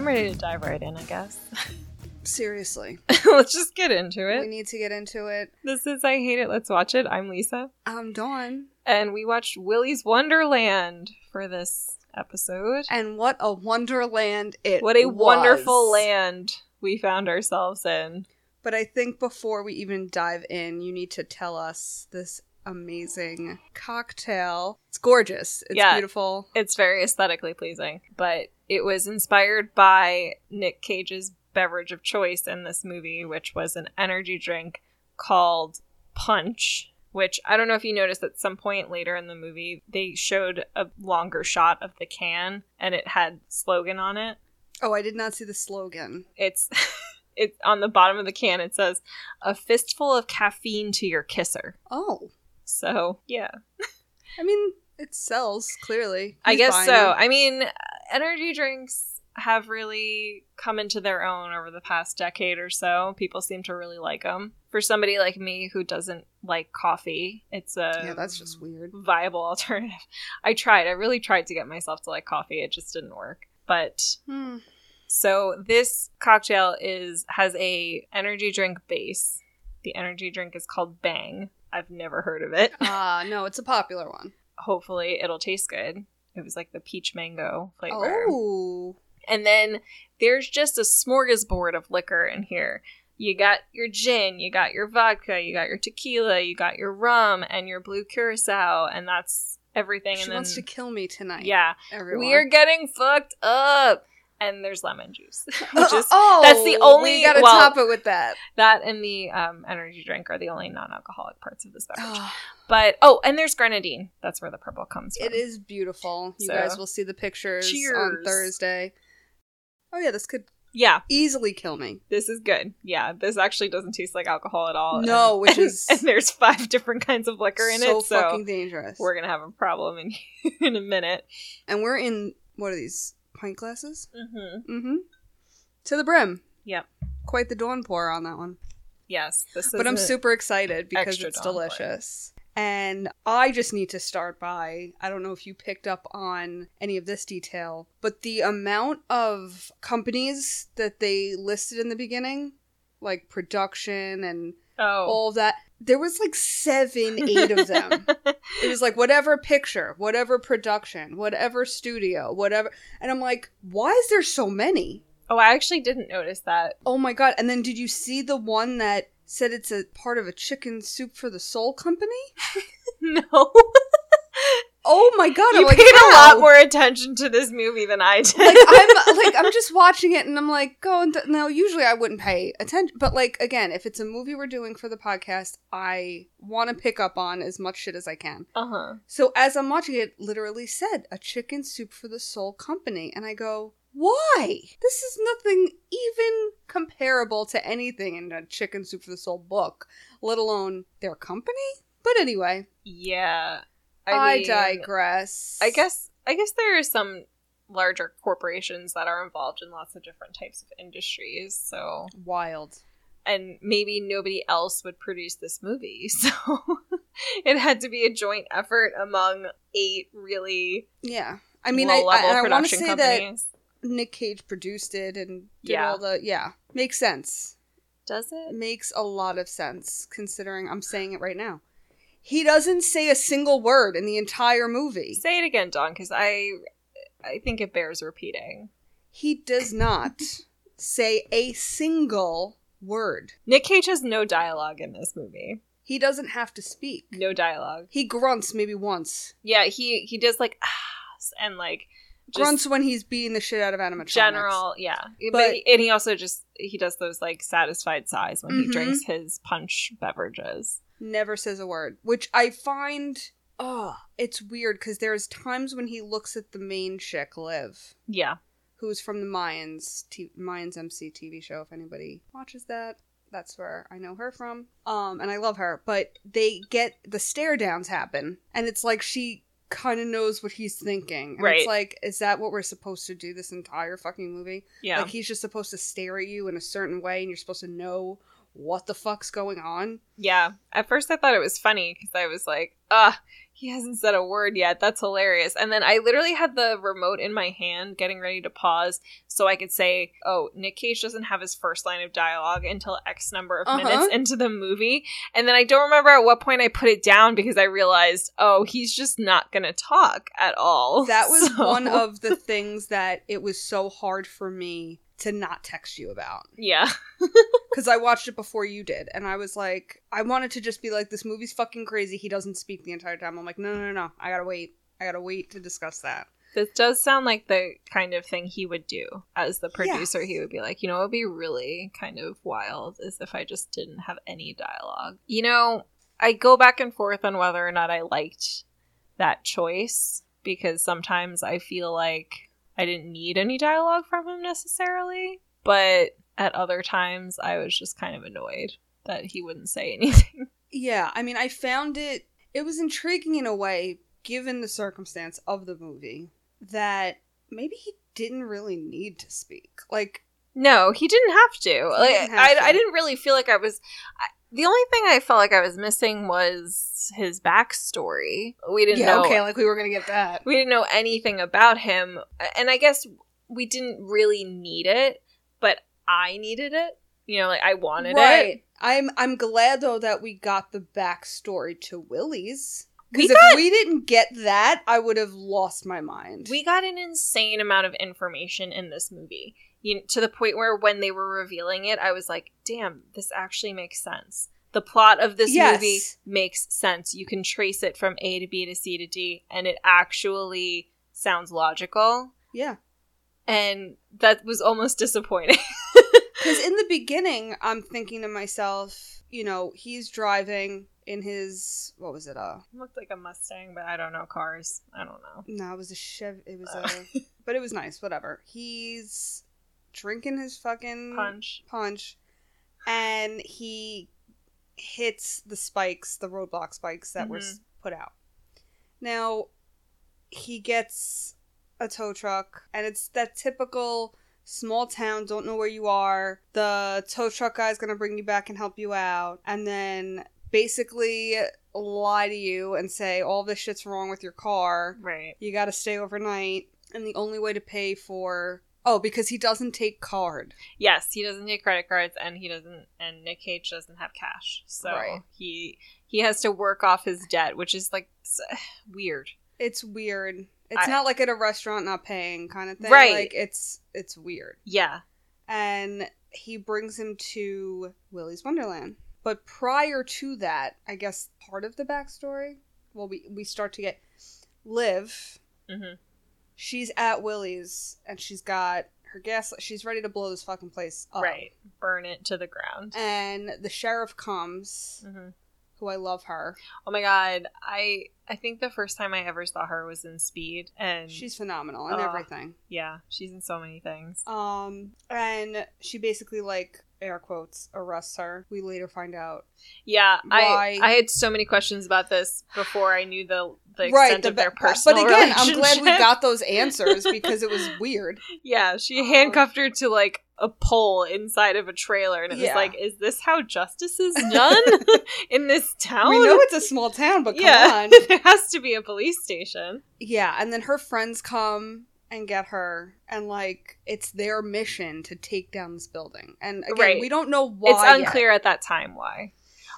ready to dive right in, I guess. Seriously, Let's just get into we it. need to get into it. This is I Hate It, Let's Watch It. I'm Lisa. I'm Dawn, And we watched Willy's Wonderland for this episode. and what a wonderland it! What a was. wonderful land we found ourselves in. But I think before we even dive in, you need to tell us this amazing cocktail. It's gorgeous. It's Yeah. beautiful. It's very aesthetically pleasing, but it was inspired by Nick Cage's beverage of choice in this movie, which was an energy drink called Punch. Which I don't know if you noticed at some point later in the movie, they showed a longer shot of the can and it had slogan on it. Oh, I did not see the slogan. It's it on the bottom of the can it says a fistful of caffeine to your kisser. Oh, So, yeah. I mean, it sells clearly. I He's guess buying so. them. I mean, energy drinks have really come into their own over the past decade or so. People seem to really like them. For somebody like me who doesn't like coffee, it's a Yeah, that's um, just weird. viable alternative. I tried. I really tried to get myself to like coffee. It just didn't work. But Hmm. so this cocktail is has a energy drink base. The energy drink is called Bang. I've never heard of it. Ah, no, it's a popular one. Hopefully it'll taste good. It was like the peach mango flavor. Oh, And then there's just a smorgasbord of liquor in here. You got your gin, you got your vodka, you got your tequila, you got your rum and your blue curacao, and that's everything. she and then, wants to kill me tonight. yeah, everyone. we are getting fucked up. And there's lemon juice, which is oh, that's the only- We gotta well- top it with that. that and the um, energy drink are the only non-alcoholic parts of this beverage. Oh, But oh, and there's grenadine. That's where the purple comes from. it is beautiful. You So- guys will see the pictures on Cheers. Thursday. Oh yeah, this could Yeah, easily kill me. this is good. Yeah, this actually doesn't taste like alcohol at all. No, and- which and- is and, there's five different kinds of liquor in so it, so fucking dangerous. we're gonna have a problem in in a minute. and we're in what are these pint glasses? Mm-hmm. Mm-hmm. To the brim. Yep. Quite the dawn pour on that one. Yes, this is. but I'm a- super excited because extra it's Dawn Boy. delicious. And I just need to start by I don't know if you picked up on any of this detail, but the amount of companies that they listed in the beginning, like production and Oh, all of that, there was like seven, eight of them. It was like whatever picture, whatever production, whatever studio, whatever. And I'm like, why is there so many? oh, I actually didn't notice that. Oh my god! And then did you see the one that said it's a part of a chicken soup for the soul company? No, Oh my god! you I'm like, paid a how? lot more attention to this movie than I did. Like I'm like I'm just watching it and I'm like, go and th- now. Usually I wouldn't pay attention, but like again, if it's a movie we're doing for the podcast, I want to pick up on as much shit as I can. uh huh. So as I'm watching it, literally said a chicken soup for the soul company, and I go. Why? This is nothing even comparable to anything in a Chicken Soup for the Soul book, let alone their company. But anyway, Yeah, I, mean, digress. I guess I guess there are some larger corporations that are involved in lots of different types of industries. So, wild. and maybe nobody else would produce this movie. So, it had to be a joint effort among eight really Yeah. I mean, I, low I, level and I want to production say companies. that Nick Cage produced it and did Yeah. all the. Yeah. Makes sense. Does it? Makes a lot of sense considering I'm saying it right now. He doesn't say a single word in the entire movie. Say it again, Don, because I I think it bears repeating. He does not say a single word. Nick Cage has no dialogue in this movie. He doesn't have to speak. No dialogue. He grunts maybe once. Yeah, he he does like ahs and like just grunts when he's beating the shit out of animatronics. general, yeah. But, But- and he also just he does those like satisfied sighs when he Mhm. drinks his punch beverages. never says a word, which I find oh, it's weird because there's times when he looks at the main chick Liv, Yeah, who's from the Mayans t- Mayans MC TV show. If anybody watches that, that's where I know her from. Um, and I love her, but they get the stare downs happen, and it's like she kind of knows what he's thinking. And Right. It's like, is that what we're supposed to do this entire fucking movie? yeah. Like he's just supposed to stare at you in a certain way, and you're supposed to know what the fuck's going on? Yeah. At first, I thought it was funny because I was like, ah, he hasn't said a word yet. That's hilarious. And then I literally had the remote in my hand getting ready to pause so I could say, oh, Nick Cage doesn't have his first line of dialogue until X number of Uh-huh. minutes into the movie. And then I don't remember at what point I put it down because I realized, oh, he's just not going to talk at all. That was Oh, So- one of the things that it was so hard for me to not text you about Yeah. because I watched it before you did, and I was like, I wanted to just be like, this movie's fucking crazy. He doesn't speak the entire time. I'm like, no, no, no, no. I gotta wait. I gotta wait to discuss that. This does sound like the kind of thing he would do as the producer. He Yes. would be like, you know, it would be really kind of wild is if I just didn't have any dialogue. You know, I go back and forth on whether or not I liked that choice because sometimes I feel like I didn't need any dialogue from him necessarily, but at other times I was just kind of annoyed that he wouldn't say anything. Yeah, I mean, I found it. It was intriguing in a way, given the circumstance of the movie, that maybe he didn't really need to speak. Like, No, he didn't have to. Like didn't have I, to. I didn't really feel like I was. I, the only thing I felt like I was missing was his backstory. We didn't yeah, know. okay, like we were gonna get that. We didn't know anything about him, and I guess we didn't really need it, but I needed it. You know, like I wanted it. I'm I'm glad though that we got the backstory to Willie's. We Because if we didn't get that, I would have lost my mind. We got an insane amount of information in this movie. You, to the point where when they were revealing it, I was like, damn, this actually makes sense. The plot of this Yes. movie makes sense. You can trace it from A to B to C to D, and it actually sounds logical. yeah. And that was almost disappointing. Because in the beginning, I'm thinking to myself, you know, he's driving in his what was it? Uh, looked like a Mustang, but I don't know cars. I don't know. no, it was a Chev. It was Uh. a, but it was nice. Whatever. He's drinking his fucking Punch. punch and he hits the spikes, the roadblock spikes that were s- put out. Now he gets a tow truck and it's that typical small town don't know where you are. The tow truck guy's going to bring you back and help you out and then basically lie to you and say all this shit's wrong with your car. Right. You got to stay overnight and the only way to pay for oh because he doesn't take card. Yes, he doesn't take credit cards, and he doesn't, and Nick Cage doesn't have cash, so Right. he he has to work off his debt, which is like s- weird. it's weird. It's I- not like at a restaurant not paying kind of thing. Right. Like it's it's weird. Yeah, And he brings him to Willy's Wonderland. But prior to that, I guess part of the backstory. Well, we we start to get Liv. Mhm. She's at Willie's and she's got her gas. She's ready to blow this fucking place up. right. Burn it to the ground. Oh. And the sheriff comes, hmm who I love her. Oh my god, I I think the first time I ever saw her was in Speed, and She's phenomenal and Aw. everything. yeah, she's in so many things. Um, and she basically like air quotes arrests her. We later find out Yeah, I Why- I had so many questions about this before I knew the the extent of ba- their personal But again, I'm glad we relationship. got those answers because it was weird. Yeah, she Um, handcuffed her to like a pole inside of a trailer, and it was Yeah. like, is this how justice is done in this town? We know it's a small town, but come yeah, on. there has to be a police station. Yeah, and then her friends come and get her, and like it's their mission to take down this building. And again, Right. we don't know why. yet. it's unclear at that time why.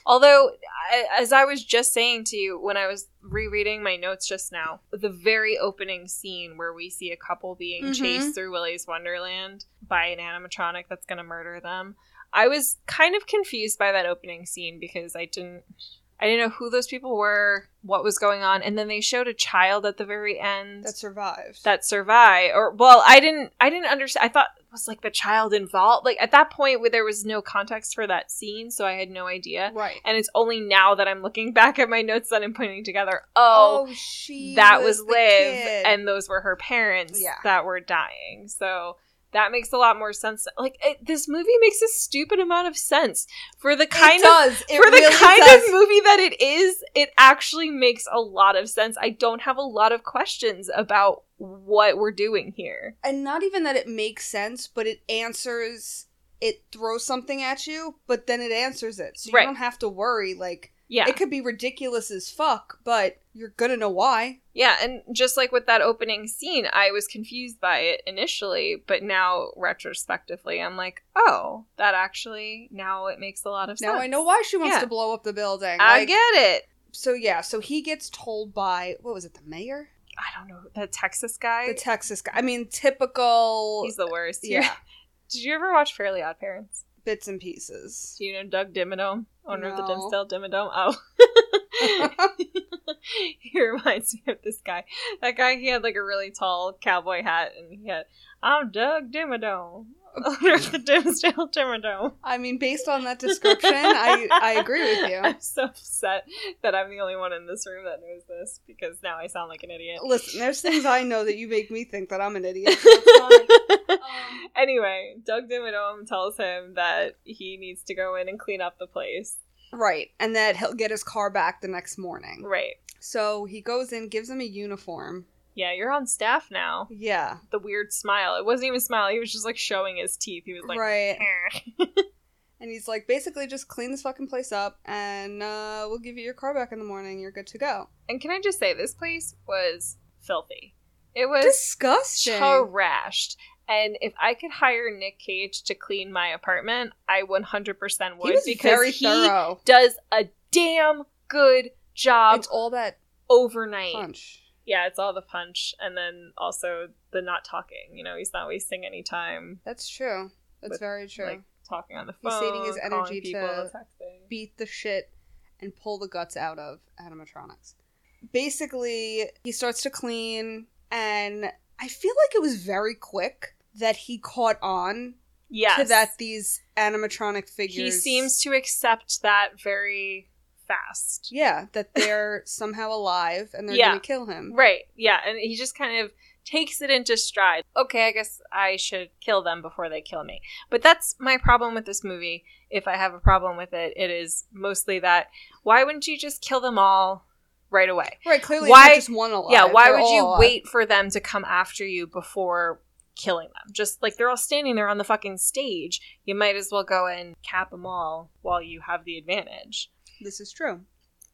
Although, I, as I was just saying to you when I was rereading my notes just now, the very opening scene where we see a couple being Mhm. chased through Willy's Wonderland by an animatronic that's going to murder them, I was kind of confused by that opening scene because I didn't. I didn't know who those people were, what was going on, and then they showed a child at the very end that survives. that survive or well i didn't i didn't understand i thought it was like the child involved like at that point where there was no context for that scene so i had no idea right. and it's only now that i'm looking back at my notes that i'm putting together oh, she that was, the liv kid. and those were her parents Yeah. that were dying so that makes a lot more sense like it, this movie makes a stupid amount of sense for the kind it of does. It for the really kind does. of movie that it is, it actually makes a lot of sense. I don't have a lot of questions about what we're doing here. and not even that it makes sense, but it answers it throws something at you, but then it answers it. So you Right. don't have to worry. Like, Yeah. it could be ridiculous as fuck, but you're gonna know why. Yeah, and just like with that opening scene, I was confused by it initially, but now retrospectively, I'm like, oh, that actually now it makes a lot of sense. Now I know why she wants Yeah. to blow up the building. I Like, get it. so yeah, so he gets told by what was it, the mayor, I don't know the Texas guy. the Texas guy. I mean, typical he's the worst. yeah Did you ever watch Fairly Odd Parents? bits and pieces. Do you know Doug Dimmadome, owner of the No. Dimsdale Dimmadome? Oh. he reminds me of this guy. That guy, he had like a really tall cowboy hat, and he had, I'm Doug Dimmadome, owner of the Dimsdale Dimmadome. I mean, based on that description, I I agree with you. I'm so upset that I'm the only one in this room that knows this because now I sound like an idiot. Listen, there's things I know that you make me think that I'm an idiot. so it's fine. Um, anyway, Doug Dimmadome tells him that he needs to go in and clean up the place. right, and that he'll get his car back the next morning. Right. So he goes in, gives him a uniform. Yeah, you're on staff now. Yeah, The weird smile. It wasn't even a smile. He was just like showing his teeth. He was like, right. "Eh." And he's like, basically, just clean this fucking place up, and uh, we'll give you your car back in the morning. You're good to go. and can I just say, this place was filthy. It was Disgusting. trashed. And if I could hire Nick Cage to clean my apartment, I 100% would He was because very he thorough. does a damn good job It's all that overnight. punch. Yeah, it's all the punch, and then also the not talking. You know, he's not wasting any time That's true. That's With, very true. like talking on the He's phone. saving his calling energy people, to texting. beat the shit and pull the guts out of animatronics. Basically, he starts to clean, and I feel like it was very quick that he caught on Yes, to that these animatronic figures. he seems to accept that very fast. Yeah, that they're somehow alive and they're Yeah. gonna kill him. Right. Yeah, and he just kind of takes it into stride. Okay, I guess I should kill them before they kill me. But that's my problem with this movie. If I have a problem with it, it is mostly that why wouldn't you just kill them all right away? Right, clearly Why- why, just one alive. Yeah, why They're would all you alive. wait for them to come after you before killing them? Just like they're all standing there on the fucking stage, you might as well go and cap them all while you have the advantage. This is true.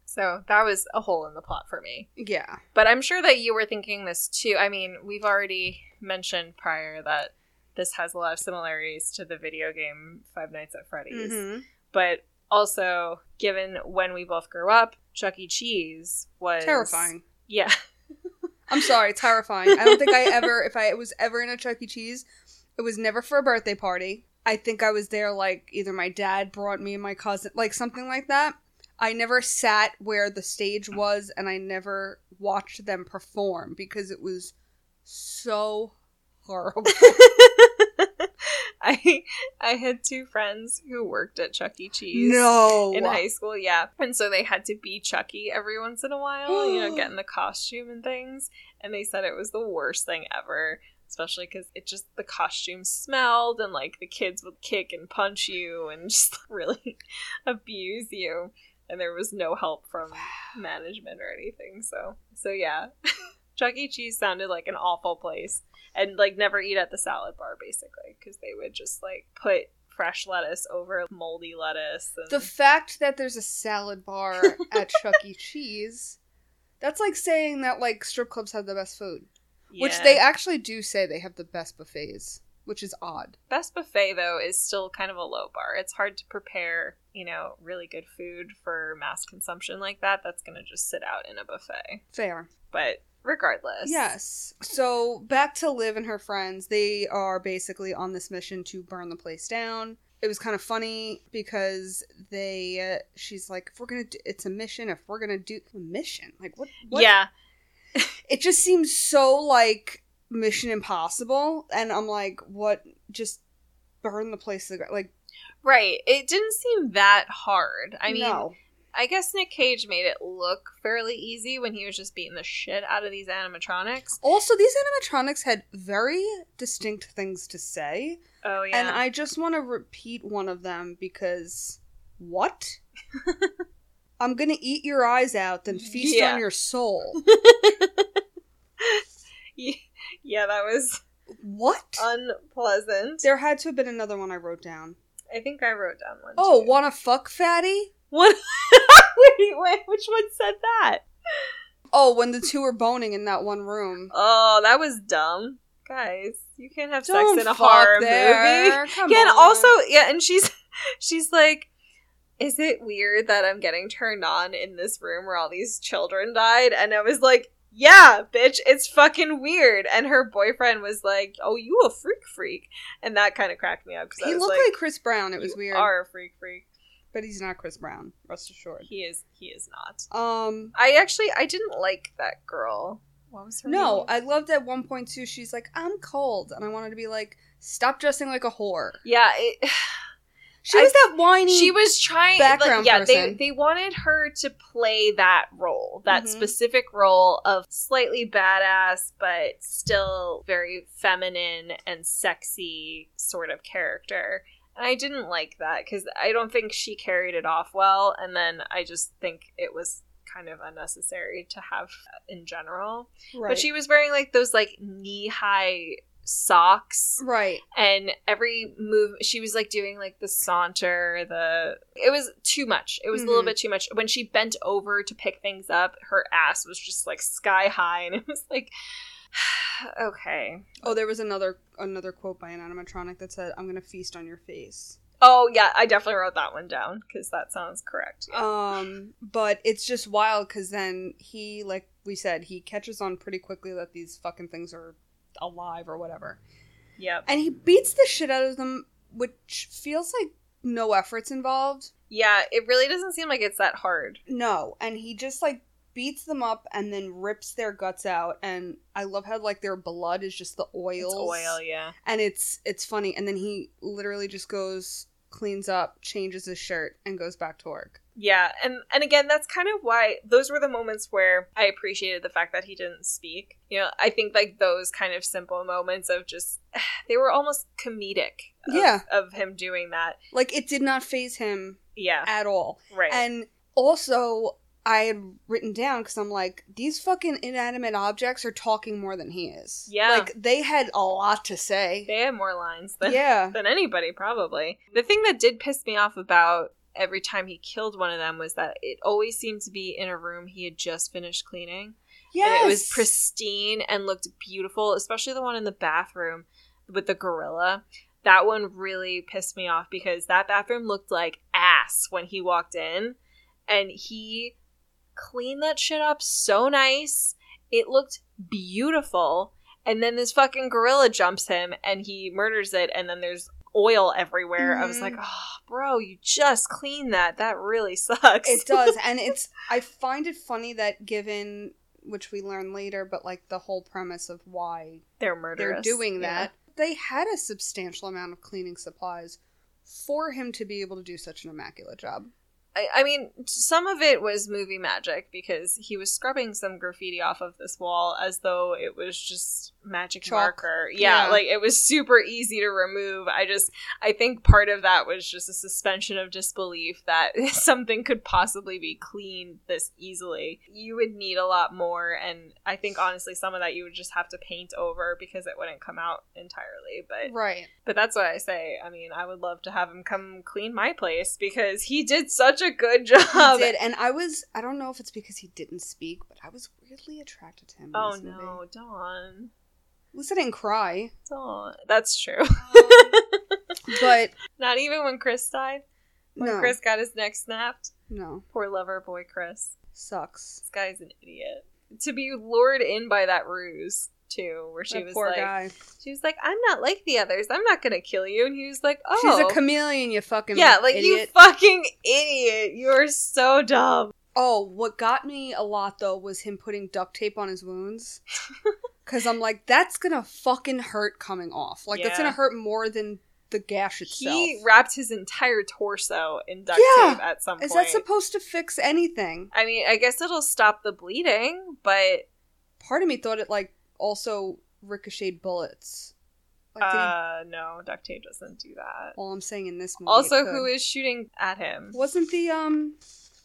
So that was a hole in the plot for me. Yeah. But I'm sure that you were thinking this too. I mean, we've already mentioned prior that this has a lot of similarities to the video game Five Nights at Freddy's. Mhm. But also, given when we both grew up, Chuck E. Cheese was Terrifying. Yeah. I'm sorry, terrifying. I don't think I ever, if I was ever in a Chuck E. Cheese, it was never for a birthday party. I think I was there like either my dad brought me and my cousin, like something like that. I never sat where the stage was and I never watched them perform because it was so horrible. I I had two friends who worked at Chuck E. Cheese no. in high school, yeah. And so they had to be Chucky every once in a while, you know, get in the costume and things. And they said it was the worst thing ever, especially because it just the costume smelled and like the kids would kick and punch you and just really abuse you. And there was no help from management or anything. So so yeah. Chuck E. Cheese sounded like an awful place and like never eat at the salad bar basically because they would just like put fresh lettuce over moldy lettuce. And The fact that there's a salad bar at Chuck E. Cheese, that's like saying that like strip clubs have the best food. Which Yeah. they actually do say they have the best buffets, which is odd. best buffet though is still kind of a low bar. It's hard to prepare, you know, really good food for mass consumption like that. That's gonna just sit out in a buffet. Fair. But regardless, Yes. So back to Liv and her friends. They are basically on this mission to burn the place down. It was kind of funny because they, uh, she's like, if we're gonna, do, it's a mission. If we're gonna do a mission, like what? what? yeah, It just seems so like Mission Impossible, and I'm like, what? Just burn the place to the ground. Like, right. It didn't seem that hard. I mean, no. I guess Nick Cage made it look fairly easy when he was just beating the shit out of these animatronics. Also, these animatronics had very distinct things to say. Oh yeah, And I just want to repeat one of them because what? I'm gonna eat your eyes out, then feast Yeah. on your soul. yeah, that was What? Uh, Unpleasant. there had to have been another one I wrote down. I think I wrote down one. Oh, too. wanna fuck fatty? What? wait, wait, which one said that? Oh, when the two were boning in that one room. Oh, that was dumb, guys. You can't have Don't sex in a fuck horror movie. there. Come Yeah, and on. also, yeah, and she's she's like, is it weird that I'm getting turned on in this room where all these children died? And I was like, yeah, bitch, it's fucking weird. And her boyfriend was like, oh, you a freak freak, and that kind of cracked me up because he I was looked like, like, Chris Brown. It was you weird, Are a freak freak? but he's not Chris Brown. Rest assured. He is. He is not. Um, I actually I didn't like that girl. What was her no, name? I loved at one point too. She's like, "I'm cold," and I wanted to be like, "Stop dressing like a whore." yeah, it, She I- was that whiny. she was trying like background yeah they person. they wanted her to play that role that Mhm. specific role of slightly badass but still very feminine and sexy sort of character and i didn't like that because i don't think she carried it off well and then i just think it was kind of unnecessary to have in general right. but she was wearing like those like knee-high socks right. and every move she was like doing like the saunter the it was too much it was a little Mhm. bit too much when she bent over to pick things up her ass was just like sky high and it was like okay Oh, there was another another quote by an animatronic that said, "I'm gonna feast on your face." oh yeah i definitely wrote that one down because that sounds correct yeah. Um, but it's just wild because then he, like we said, he catches on pretty quickly that these fucking things are alive or whatever. yep and he beats the shit out of them, which feels like no efforts involved. yeah it really doesn't seem like it's that hard No, and he just like beats them up and then rips their guts out. And I love how like their blood is just the it's oils, oil yeah and it's it's funny. And then he literally just goes cleans up, changes his shirt, and goes back to work. yeah and and again that's kind of why those were the moments where i appreciated the fact that he didn't speak you know i think like those kind of simple moments of just they were almost comedic of, Yeah. of him doing that Like it did not phase him yeah at all. right And also. I had written down because I'm like, these fucking inanimate objects are talking more than he is. Yeah. Like, they had a lot to say. they had more lines than yeah. than anybody probably the thing that did piss me off about every time he killed one of them was that it always seemed to be in a room he had just finished cleaning And it was pristine and looked beautiful, especially the one in the bathroom with the gorilla. That one really pissed me off because that bathroom looked like ass when he walked in and he cleaned that shit up so nice. It looked beautiful. And then this fucking gorilla jumps him and he murders it and then there's oil everywhere. I was Mhm. like, "Oh, bro, you just cleaned that. That really sucks." It does, and it's. I find it funny that given which we learn later, but like the whole premise of why they're murderous. they're doing Yeah. that, they had a substantial amount of cleaning supplies for him to be able to do such an immaculate job. I, I mean, some of it was movie magic because he was scrubbing some graffiti off of this wall as though it was just magic Chalk. marker. Yeah, Yeah. like it was super easy to remove. I just, I think part of that was just a suspension of disbelief that something could possibly be cleaned this easily. You would need a lot more, and I think honestly, some of that you would just have to paint over because it wouldn't come out entirely. But Right. but that's what I say. I mean, I would love to have him come clean my place because he did such a good He job. did, and I was. I don't know if it's because he didn't speak, but I was weirdly attracted to him. in Oh this movie. no, Dawn. At least I didn't cry. Dawn. That's true. Oh. But Not even when Chris died. When no, Chris got his neck snapped. no, Poor lover boy Chris. sucks. This guy's an idiot. To be lured in by that ruse too, where she That was poor like guy. she was like, I'm not like the others. I'm not gonna kill you and he was like, Oh She's a chameleon. You fucking Yeah, like you idiot. fucking idiot. You're so dumb. Oh, what got me a lot though was him putting duct tape on his wounds. Cause I'm like, that's gonna fucking hurt coming off. Like that's Yeah. gonna hurt more than the gash itself. He wrapped his entire torso in duct Yeah. tape at some Is point. that supposed to fix anything? I mean, I guess it'll stop the bleeding, but Part of me thought it like also ricocheted bullets. Like, did he- uh, no, duct tape doesn't do that. all I'm saying in this movie. Also, who is shooting at him? wasn't the um,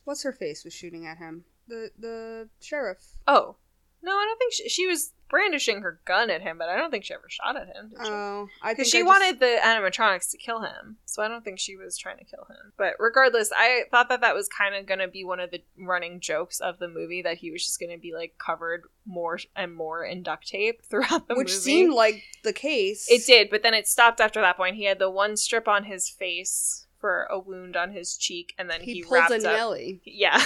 what's her face was shooting at him? The the sheriff. Oh, No, I don't think she, she was brandishing her gun at him, but I don't think she ever shot at him. Did she? Oh, I think Because she I just- wanted the animatronics to kill him, so I don't think she was trying to kill him. But regardless, I thought that that was kind of going to be one of the running jokes of the movie that he was just going to be like covered more and more in duct tape throughout the movie. which seemed like the case. it did, but then it stopped after that point. He had the one strip on his face for a wound on his cheek, and then he, He, pulled wrapped a up. Nelly, Yeah,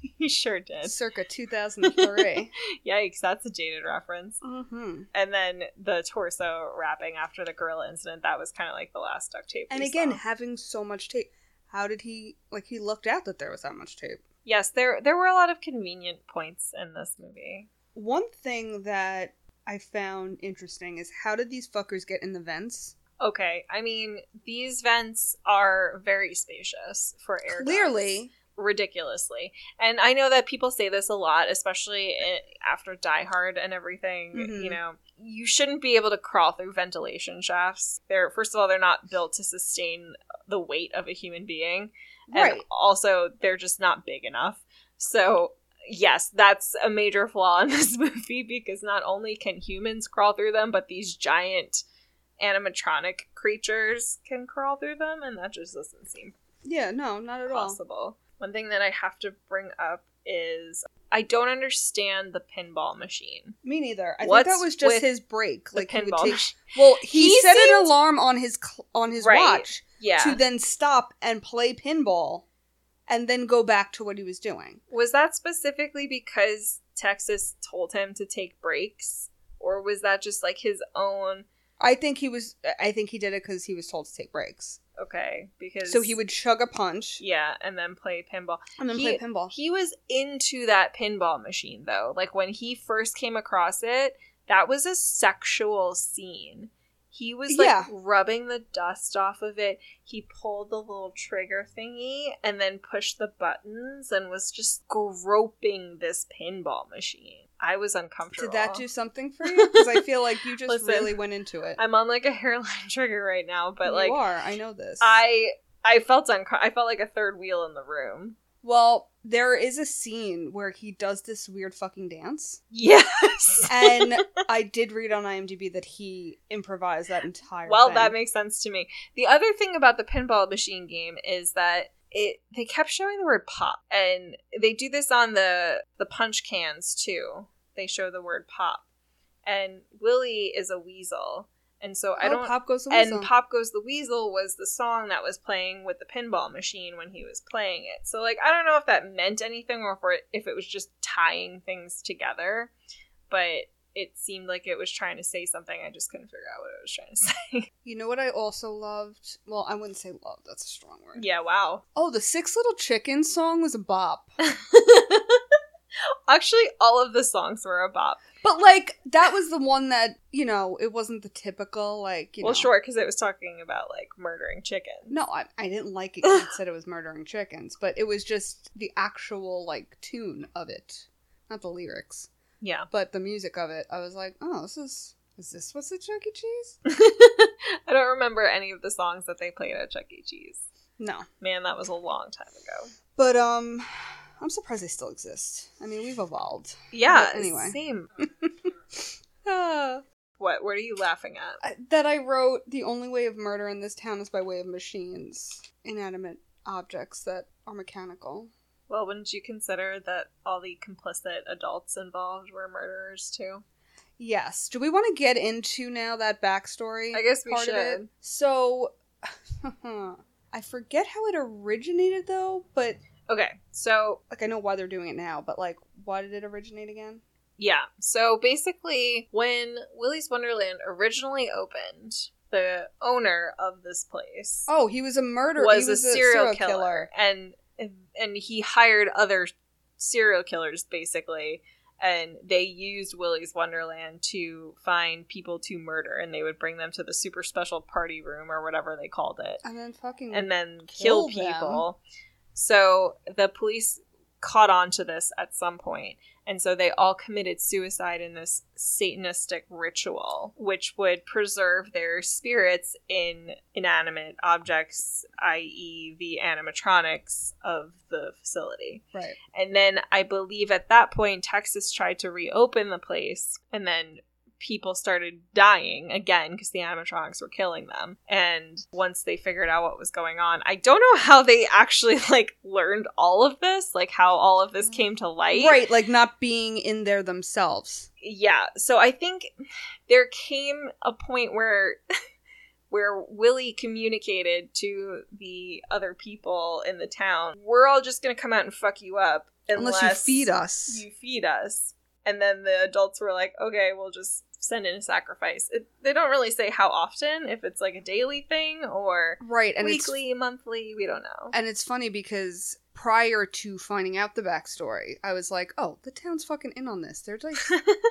he sure did. circa 2003. Yikes, that's a dated reference. mm-hmm. And then the torso wrapping after the gorilla incident. That was kind of like the last duct tape. And we again, saw. having so much tape. How did he like? He lucked out that there was that much tape. yes, there there were a lot of convenient points in this movie. One thing that I found interesting is how did these fuckers get in the vents? Okay, I mean these vents are very spacious for air. ducts. Clearly, ridiculously. And I know that people say this a lot, especially i after Die Hard and everything. Mhm. You know, you shouldn't be able to crawl through ventilation shafts. They're first of all, they're not built to sustain the weight of a human being, and right? also they're just not big enough. So. Yes, that's a major flaw in this movie because not only can humans crawl through them, but these giant animatronic creatures can crawl through them, and that just doesn't seem Yeah, no, not at all. possible. One thing that I have to bring up is I don't understand the pinball machine. Me neither. I What's think that was just with his break. Like the he would pinball. take. machine. Well, he, He set an seemed- alarm on his cl- on his Right. watch yeah. to then stop and play pinball, and then go back to what he was doing. was that specifically because Texas told him to take breaks? Or was that just like his own I think he was. I think he did it because he was told to take breaks. okay, because So he would chug a punch Yeah, and then play pinball. and then He- play pinball. He was into that pinball machine though. Like when he first came across it, that was a sexual scene. He was like Yeah. rubbing the dust off of it. He pulled the little trigger thingy and then pushed the buttons and was just groping this pinball machine. I was uncomfortable. Did that do something for you? Because I feel like you just Listen, really went into it. I'm on like a hairline trigger right now, but you like are. I know this. I I felt unco- I felt like a third wheel in the room. well, there is a scene where he does this weird fucking dance, Yes. and I did read on IMDb that he improvised that entire. Well, thing. that makes sense to me. The other thing about the pinball machine game is that it they kept showing the word pop, and they do this on the the punch cans too. They show the word pop, and Willie is a weasel, and so I Oh, don't. Pop goes the and weasel. Pop Goes the Weasel was the song that was playing with the pinball machine when he was playing it. So, like, I don't know if that meant anything or if it, if it was just tying things together, but it seemed like it was trying to say something. I just couldn't figure out what it was trying to say. You know what I also loved? Well, I wouldn't say love. That's a strong word. Yeah, wow. Oh, the Six Little Chickens song was a bop. Actually, all of the songs were a bop. But like that was the one that you know it wasn't the typical like you well, know. sure, because it was talking about like murdering chickens. No, I, I didn't like it. 'cause It said it was murdering chickens, but it was just the actual like tune of it, not the lyrics, Yeah. but the music of it. I was like, oh, this is is this what's at Chuck E. Cheese? I don't remember any of the songs that they played at Chuck E. Cheese. No, Man, that was a long time ago. but um, I'm surprised they still exist. I mean, we've evolved. Yeah, But anyway. same. Ah. What? What are you laughing at? I- that I wrote the only way of murder in this town is by way of machines, inanimate objects that are mechanical. Well, wouldn't you consider that all the complicit adults involved were murderers too? Yes. Do we want to get into now that backstory? I guess we part of it. should. So, I forget how it originated though, but Okay, so like I know why they're doing it now, but like why did it originate again? Yeah. So basically, when Willy's Wonderland originally opened, the owner of this place Oh, he was a murderer. was, he a serial, killer. and and he hired other serial killers basically, and they used Willy's Wonderland to find people to murder, and they would bring them to the super special party room or whatever they called it And then fucking and then kill, Kill them. people. So the police caught on to this at some point. And so they all committed suicide in this Satanistic ritual, which would preserve their spirits in inanimate objects, i.e., the animatronics of the facility. Right. And then I believe at that point, Texas tried to reopen the place, and then people started dying again because the animatronics were killing them. And once they figured out what was going on, I don't know how they actually like learned all of this, like how all of this came to light. Right, like not being in there themselves. Yeah. So I think there came a point where where Willie communicated to the other people in the town, we're all just going to come out and fuck you up Unless, you feed us. you feed us. And then the adults were like, okay, we'll just send in a sacrifice. It, they don't really say how often, if it's like a daily thing or right, and it's weekly, monthly, we don't know. And it's funny because prior to finding out the backstory, I was like, oh, the town's fucking in on this. They're like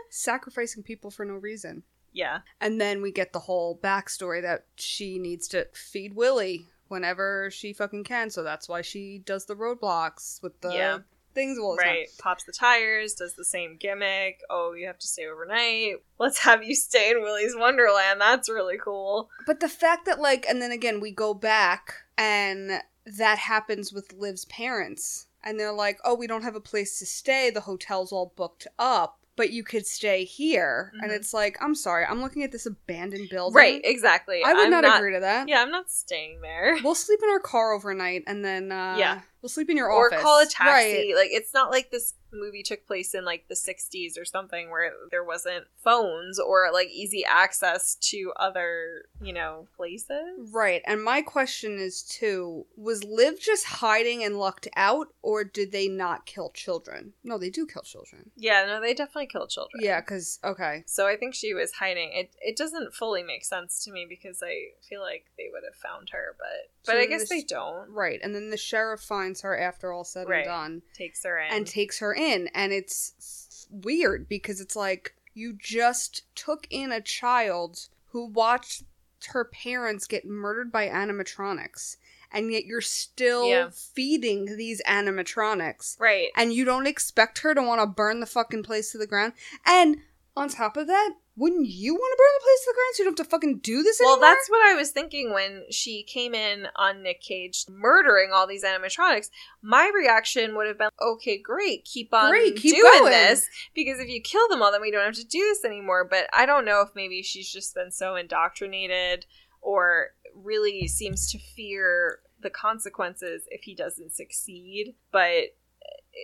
sacrificing people for no reason. yeah. And then we get the whole backstory that she needs to feed Willie whenever she fucking can. So that's why she does the roadblocks with the Yeah. things all the time. Right. Pops the tires, does the same gimmick. Oh, you have to stay overnight. Let's have you stay in Willie's Wonderland. That's really cool. But the fact that, like, and then again, we go back and that happens with Liv's parents. And they're like, oh, we don't have a place to stay. The hotel's all booked up, but you could stay here. And Mhm. it's like, I'm sorry, I'm looking at this abandoned building. Right, exactly. I would I'm not, agree to that. Yeah, I'm not staying there. We'll sleep in our car overnight and then, uh, Yeah. we'll sleep in your or office. call a Right. taxi. Like it's not like this movie took place in like the 60s or something where there wasn't phones or like easy access to other, you know, places. Right. And my question is too was Liv just hiding and lucked out, or did they not kill children? No, they do kill children. Yeah, no, they definitely kill children. Yeah, because, okay. So I think she was hiding. It it doesn't fully make sense to me because I feel like they would have found her, but but So I guess this- they don't. Right. And then the sheriff finds her after all said Right. and done Takes her in. and takes her in. And it's weird because it's like you just took in a child who watched her parents get murdered by animatronics, and yet you're still Yeah. feeding these animatronics. right. And you don't expect her to want to burn the fucking place to the ground. And on top of that, wouldn't you want to burn the place to the ground so you don't have to fucking do this Well, anymore? that's what I was thinking when she came in on Nick Cage murdering all these animatronics. My reaction would have been, okay, great, keep on Great, keep doing going." this because if you kill them all, then we don't have to do this anymore. But I don't know if maybe she's just been so indoctrinated or really seems to fear the consequences if he doesn't succeed. But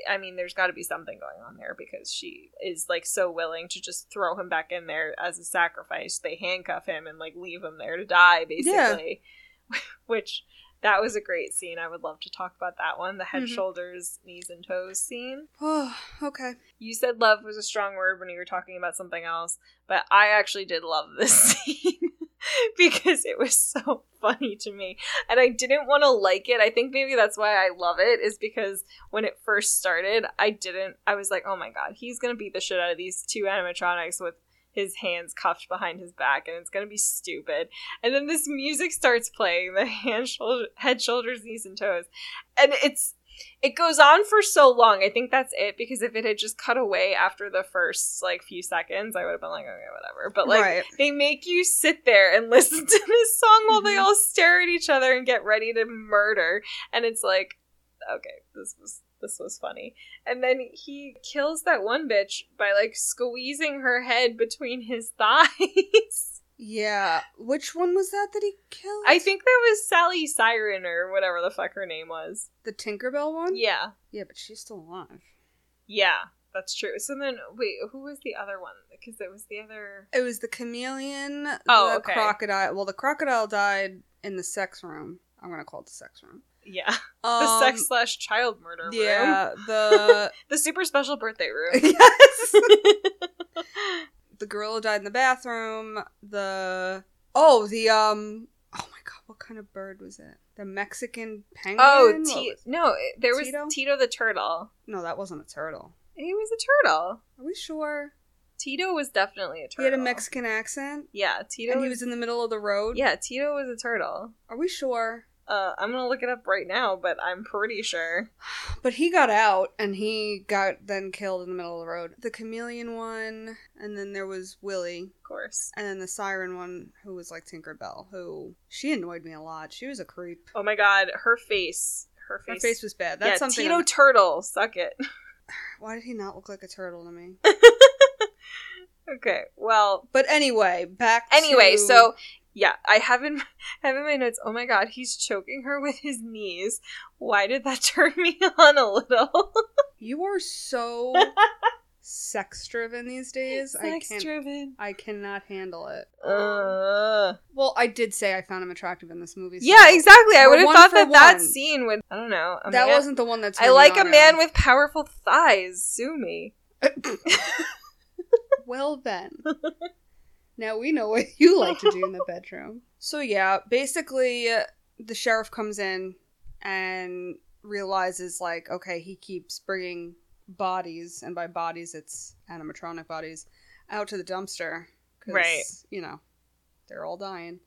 I mean, there's got to be something going on there because she is like so willing to just throw him back in there as a sacrifice. They handcuff him and like leave him there to die, basically. Which that was a great scene. I would love to talk about that one the head, Mhm. shoulders, knees, and toes scene. Oh, okay. You said love was a strong word when you were talking about something else, but I actually did love this scene. Because it was so funny to me. And I didn't want to like it. I think maybe that's why I love it, is because when it first started, I didn't. I was like, oh my god, he's gonna beat the shit out of these two animatronics with his hands cuffed behind his back, and it's gonna be stupid. And then this music starts playing the hand, shoulder, head, shoulders, knees, and toes, and it's it goes on for so long. I think that's it because if it had just cut away after the first like few seconds, I would have been like, okay, whatever. But like. right. They make you sit there and listen to this song while they Mhm. all stare at each other and get ready to murder. And it's like, okay, this was this was funny. And then he kills that one bitch by like squeezing her head between his thighs. Yeah. Which one was that that he killed? I think that was Sally Siren or whatever the fuck her name was. the Tinkerbell one? Yeah. Yeah, but she's still alive. Yeah, that's true. So then wait, who was the other one? Because it was the other It was the chameleon, Oh, the okay. crocodile. Well, the crocodile died in the sex room. I'm going to call it the sex room. Yeah. The Um, sex slash child murder room. Yeah, the The super special birthday room. yes. the gorilla died in the bathroom. The oh, the um, oh my god, what kind of bird was it? The Mexican penguin. Oh, What T- was- no, it- there was Tito? Tito? the turtle. no, that wasn't a turtle. He was a turtle. Are we sure? Tito was definitely a He turtle. had a Mexican accent, Yeah, Tito. and he was, was in the middle of the road. yeah, Tito was a turtle. Are we sure? Uh, I'm gonna look it up right now, but I'm pretty sure. But he got out and he got then killed in the middle of the road. The chameleon one, and then there was Willie, Of course. and then the siren one who was like Tinkerbell, who she annoyed me a lot. She was a creep. Oh my god, her face. Her face. Her face was bad. That's yeah, something. Tito I'm- Turtle. Suck it. Why did he not look like a turtle to me? okay. Well. But anyway, back. Anyway, to- so yeah, I have in I have in my notes. Oh my god, he's choking her with his knees. Why did that turn me on a little? you are so sex driven these days. I Sex can't. driven. I cannot handle it. Uh, Well, I did say I found him attractive in this movie. so yeah, exactly. I We're would have one thought for that that one. scene would. I don't know. A That man- wasn't the one that's. I like a man with powerful thighs. Sue me. Well then. now we know what you like to do in the bedroom. So yeah, basically uh, the sheriff comes in and realizes like okay, he keeps bringing bodies and by bodies it's animatronic bodies out to the dumpster Right. you know, they're all dying.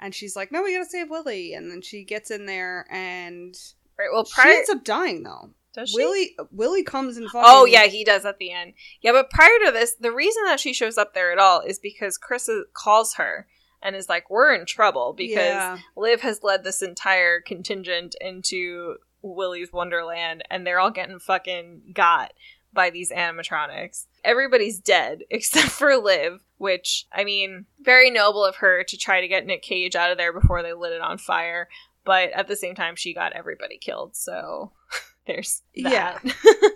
And she's like, "No, we got to save Willie." And then she gets in there and Right. Well, she prior ends up dying though. does she? Willie Willie comes and fucking Oh yeah, he does at the end. Yeah, but prior to this, the reason that she shows up there at all is because Chris is- calls her and is like, "We're in trouble because Yeah. Liv has led this entire contingent into Willy's Wonderland, and they're all getting fucking got by these animatronics. Everybody's dead except for Liv, which, I mean, very noble of her to try to get Nick Cage out of there before they lit it on fire, but at the same time, she got everybody killed, so there's that.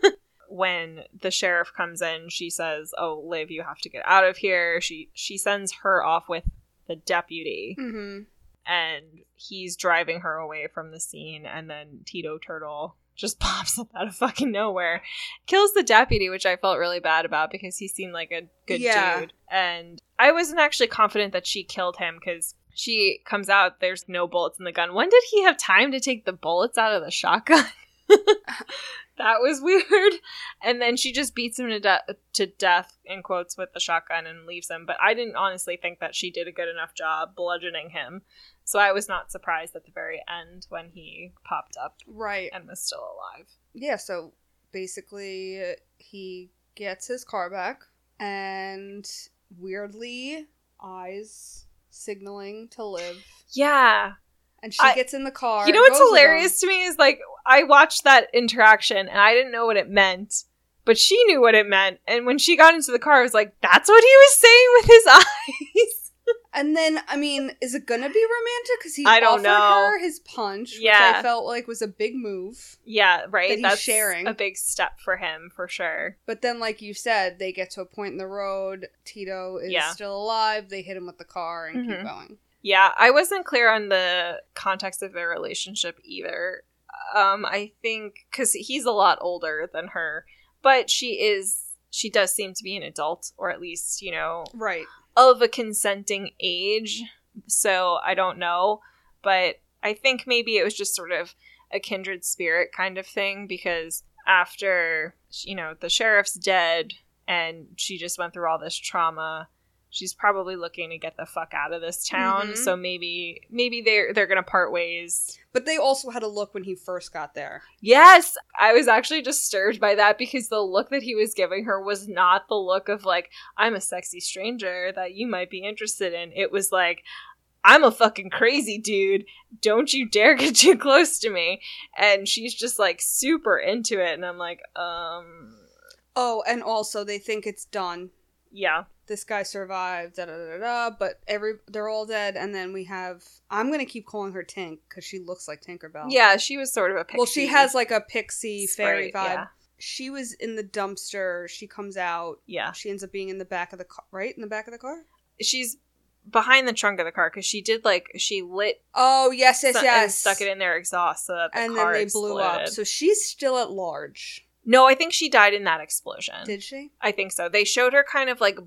when the sheriff comes in, she says, "Oh, Liv, you have to get out of here." She she sends her off with the deputy Mm-hmm. and he's driving her away from the scene and then Tito Turtle just pops up out of fucking nowhere kills the deputy which I felt really bad about because he seemed like a good Yeah. dude and I wasn't actually confident that she killed him cuz she comes out there's no bullets in the gun when did he have time to take the bullets out of the shotgun that was weird and then she just beats him to, de- to death in quotes with the shotgun and leaves him but I didn't honestly think that she did a good enough job bludgeoning him so I was not surprised at the very end when he popped up Right. and was still alive. Yeah, so basically uh, he gets his car back and weirdly eyes signaling to live Yeah. and she I- gets in the car. You know and what's goes with him. hilarious to me is like I watched that interaction and I didn't know what it meant, but she knew what it meant. And when she got into the car, I was like, that's what he was saying with his eyes. And then I mean, is it gonna be romantic cuz he I don't offered know. her his punch, which Yeah. I felt like was a big move. yeah, right. That he's sharing. a big step for him for sure. But then like you said, they get to a point in the road, Tito is Yeah. still alive, they hit him with the car and keep Mhm. going. Yeah, I wasn't clear on the context of their relationship either. Um, I think because he's a lot older than her, but she is she does seem to be an adult, or at least you know Right. of a consenting age. So I don't know, but I think maybe it was just sort of a kindred spirit kind of thing because after you know the sheriff's dead and she just went through all this trauma she's probably looking to get the fuck out of this town Mhm. so maybe maybe they're they're gonna part ways But they also had a look when he first got there. Yes, I was actually disturbed by that because the look that he was giving her was not the look of like I'm a sexy stranger that you might be interested in. It was like I'm a fucking crazy dude. Don't you dare get too close to me. And she's just like super into it and I'm like, um Oh, and also they think it's done. yeah. This guy survived, da da da da. da, But every they're all dead, and then we have. I'm gonna keep calling her Tink because she looks like Tinkerbell. Yeah, she was sort of a pixie. Well, she has like a pixie fairy sprite, vibe. Yeah. She was in the dumpster. She comes out. yeah. She ends up being in the back of the car, right? In the back of the car. She's behind the trunk of the car cuz she did like she lit Oh yes, yes, so- yes. and stuck it in their exhaust so that the And then car they blew up. exploded. So she's still at large. No, I think she died in that explosion. Did she? I think so. They showed her kind of like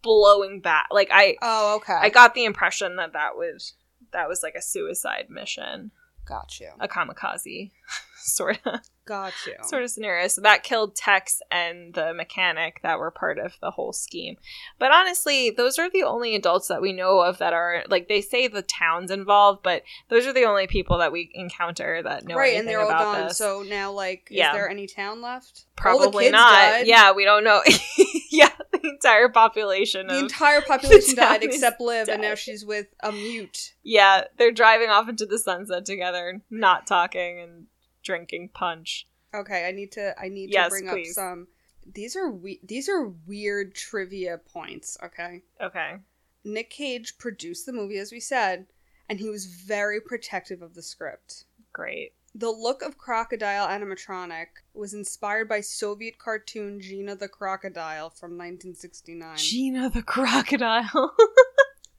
blowing back. Like I Oh, okay. I got the impression that that was that was like a suicide mission. Got you. a kamikaze sort of Got you. sort of scenario. So that killed Tex and the mechanic that were part of the whole scheme. But honestly, those are the only adults that we know of that are like they say the town's involved, but those are the only people that we encounter that know right, anything and they're all about gone. this. So now, like, Yeah. is there any town left? All the Probably kids not. died. Yeah, we don't know. yeah, the entire population The of entire population town died is except Liv, and now dead. she's with a mute. yeah, they're driving off into the sunset together, not talking and drinking punch. Okay, I need to. I need Yes, to bring please. up some. These are we- these are weird trivia points. Okay, Okay. Nick Cage produced the movie, as we said, and he was very protective of the script. Great. The look of crocodile animatronic was inspired by Soviet cartoon Gina the Crocodile from 1969. Gina the crocodile.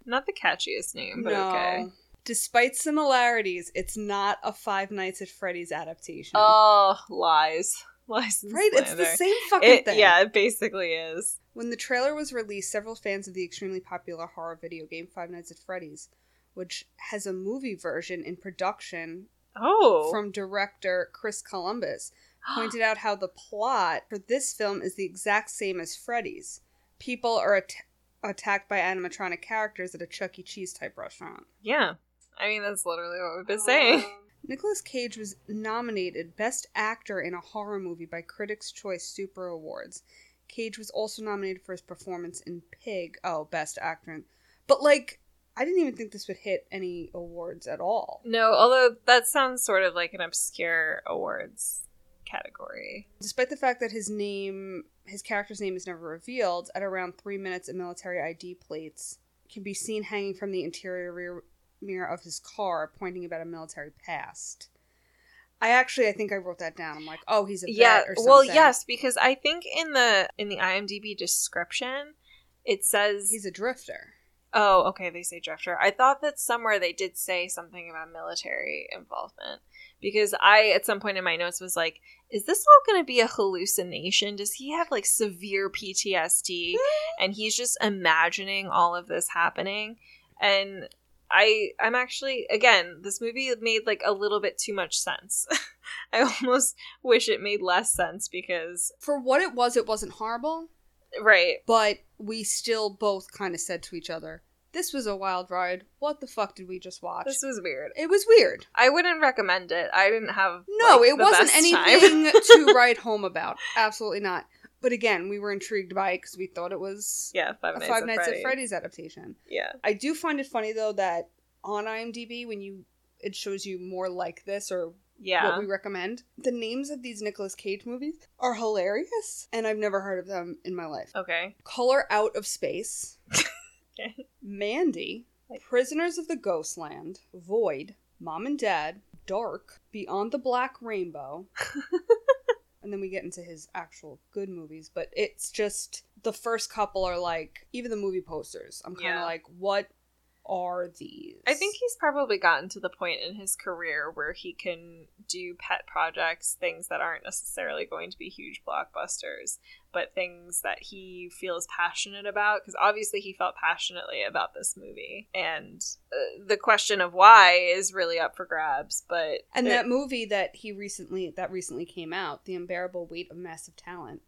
Not the catchiest name, but okay. Despite similarities, it's not a Five Nights at Freddy's adaptation. Oh, lies. Lies. and right? It's the slander. same fucking It- thing. Yeah, it basically is. When the trailer was released, several fans of the extremely popular horror video game Five Nights at Freddy's, which has a movie version in production Oh. from director Chris Columbus, pointed out how the plot for this film is the exact same as Freddy's. People are at- attacked by animatronic characters at a Chuck E. Cheese type restaurant. yeah. I mean, that's literally what we've Oh. been saying. Nicolas Cage was nominated Best Actor in a Horror Movie by Critics' Choice Super Awards. Cage was also nominated for his performance in Pig. Oh, Best Actor. in- But, like, I didn't even think this would hit any awards at all. No, although that sounds sort of like an obscure awards category. Despite the fact that his name, his character's name is never revealed, at around three minutes, a military ID plates can be seen hanging from the interior rear mirror of his car, pointing about a military past. I actually, I think I wrote that down. I'm like, oh, he's a vet yeah or something. well yes because i think in the in the imdb description it says he's a drifter. oh okay they say drifter i thought that somewhere they did say something about military involvement because i at some point in my notes was like is this all going to be a hallucination does he have like severe ptsd and he's just imagining all of this happening and i i'm actually again this movie made like a little bit too much sense i almost wish it made less sense because For what it was, it wasn't horrible, right but we still both kind of said to each other, "This was a wild ride. What the fuck did we just watch?" this was weird it was weird. i wouldn't recommend it i didn't have No, like, it the wasn't best time. anything to write home about. Absolutely not. But again, we were intrigued by it because we thought it was yeah five a nights, Five Nights Freddy. at Freddy's adaptation. yeah I do find it funny though that on IMDb when you it shows you more like this or yeah what we recommend, the names of these Nicolas Cage movies are hilarious, and I've never heard of them in my life. okay Color Out of Space, Okay. Mandy, Prisoners of the Ghostland, Void, Mom and Dad, Dark, Beyond the Black Rainbow. and then we get into his actual good movies, but it's just the first couple are like, even the movie posters, I'm kind of Yeah. like, what are these? I think he's probably gotten to the point in his career where he can do pet projects, things that aren't necessarily going to be huge blockbusters, but things that he feels passionate about. Because obviously he felt passionately about this movie. And uh, the question of why is really up for grabs. But And it- that movie that he recently that recently came out, The Unbearable Weight of Massive Talent,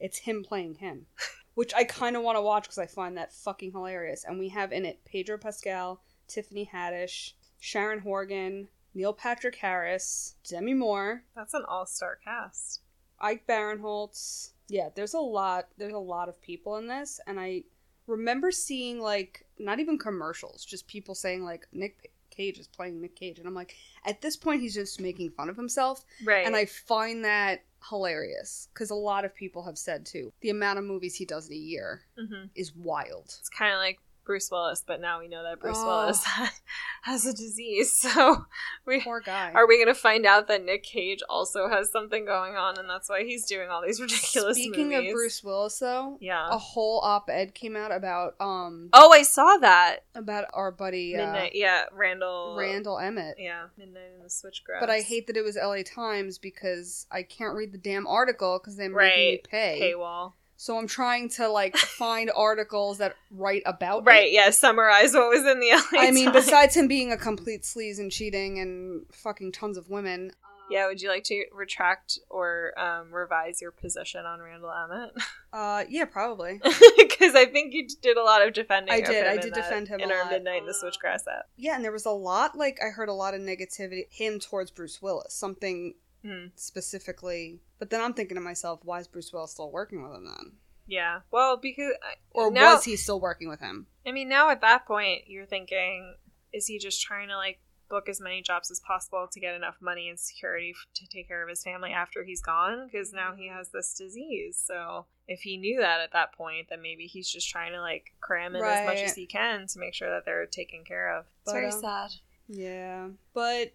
it's him playing him, which I kind of want to watch because I find that fucking hilarious. And we have in it Pedro Pascal, Tiffany Haddish, Sharon Horgan, Neil Patrick Harris, Demi Moore, that's an all star cast. Ike Barinholtz. Yeah, there's a lot. There's a lot of people in this, and I remember seeing like not even commercials, just people saying like Nick Pa- Cage is playing Nick Cage, and I'm like, at this point, he's just making fun of himself. Right. And I find that hilarious because a lot of people have said too the amount of movies he does in a year Mhm. is wild. It's kind of like Bruce Willis, but now we know that Bruce Oh. Willis has a disease. So we Poor guy. Are we going to find out that Nick Cage also has something going on and that's why he's doing all these ridiculous Speaking movies? of Bruce Oh. Willis, though, Yeah. a whole op-ed came out about um Oh, I saw that. about our buddy uh, Midnight. Yeah, Randall. Randall Emmett. Yeah, Midnight in the Switchgrass. But I hate that it was LA Times because I can't read the damn article because they're making me Right. pay. paywall. So I'm trying to like find articles that write about it. Right, yeah, summarize what was in the LA I mean, Times. besides him being a complete sleaze and cheating and fucking tons of women. Yeah, would you like to retract or um, revise your position on Randall Emmett? Uh, yeah, probably. Because I think you did a lot of defending. I of did. him I in did that- defend him in a our lot. midnight in the switchgrass app. Yeah, and there was a lot. Like I heard a lot of negativity him towards Bruce Willis. Something Hmm. specifically. But then I'm thinking to myself, why is Bruce Willis still working with him then? Yeah. Well, because I- Or now, was he still working with him? I mean, now at that point, you're thinking, is he just trying to like book as many jobs as possible to get enough money and security f- to take care of his family after he's gone? Because now he has this disease. So if he knew that at that point, then maybe he's just trying to like cram in as much Right. as he can to make sure that they're taken care of. But, uh, sad. Yeah. But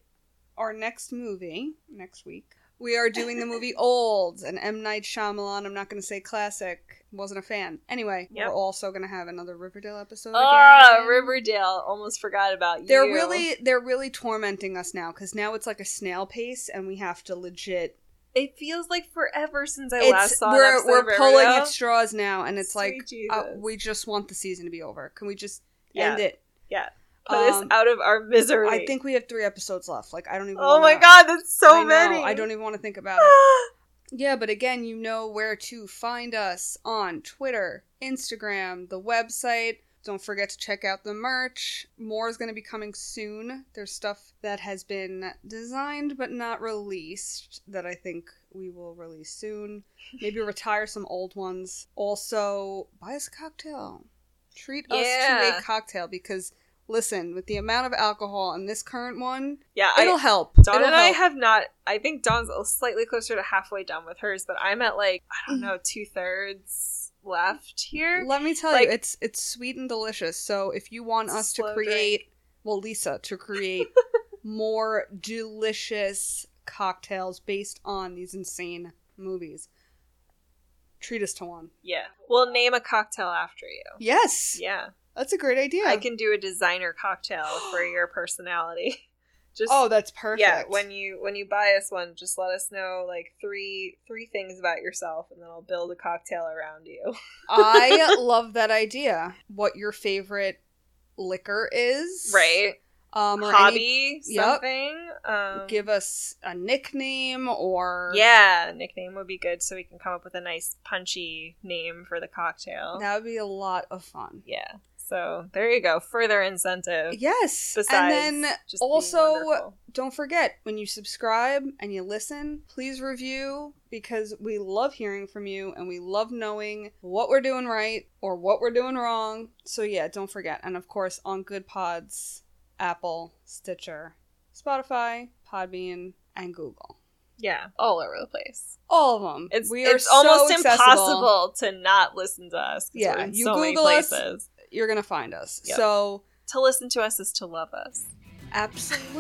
our next movie, next week, we are doing the movie Old, an M. Night Shyamalan. I'm not going to say classic. Wasn't a fan. Anyway, Yep. we're also going to have another Riverdale episode. Ah, again. Riverdale. Almost forgot about you. They're really they're really tormenting us now because now it's like a snail pace and we have to legit. It feels like forever since I last It's saw. an we're episode we're of pulling Riverdale. at straws now and it's like Sweet uh, Jesus. we just want the season to be over. Can we just Yeah. end it? Yeah. Put us Um, out of our misery. I think we have three episodes left. Like I don't even. Oh wanna- my god, that's so I know. many. I don't even want to think about it. Yeah, but again, you know where to find us on Twitter, Instagram, the website. Don't forget to check out the merch. More is going to be coming soon. There's stuff that has been designed but not released that I think we will release soon. Maybe retire some old ones. Also, buy us a cocktail. Treat us to Yeah. a cocktail because, listen, with the amount of alcohol in this current one, yeah, it'll I, help. Dawn It'll and I help. have not. I think Dawn's slightly closer to halfway done with hers, but I'm at like I Mm. don't know two thirds left here. Let me tell Like- you, it's it's sweet and delicious. So if you want us to Slow create, well, Lisa to create more delicious cocktails based on these insane movies, treat us to one. Yeah, we'll name a cocktail after you. Yes, Yeah, that's a great idea. I can do a designer cocktail for your personality. Just oh, that's perfect. yeah, when you when you buy us one, just let us know like three three things about yourself, and then I'll build a cocktail around you. I love that idea. What your favorite liquor is, Um, or any- hobby yep. something. Um, give us a nickname or Yeah, nickname would be good so we can come up with a nice punchy name for the cocktail. that would be a lot of fun. yeah. So there you go. Further incentive. Yes, Besides, and then just being also wonderful. don't forget when you subscribe and you listen, please review because we love hearing from you and we love knowing what we're doing right or what we're doing wrong. So yeah, don't forget. And of course, on Good Pods, Apple, Stitcher, Spotify, Podbean, and Google. yeah, all over the place. All of them. It's we are it's so almost accessible. impossible to not listen to us. 'cause Yeah, we're in you so many Google us. places. You're gonna find us. Yep. So To listen to us is to love us. absolutely.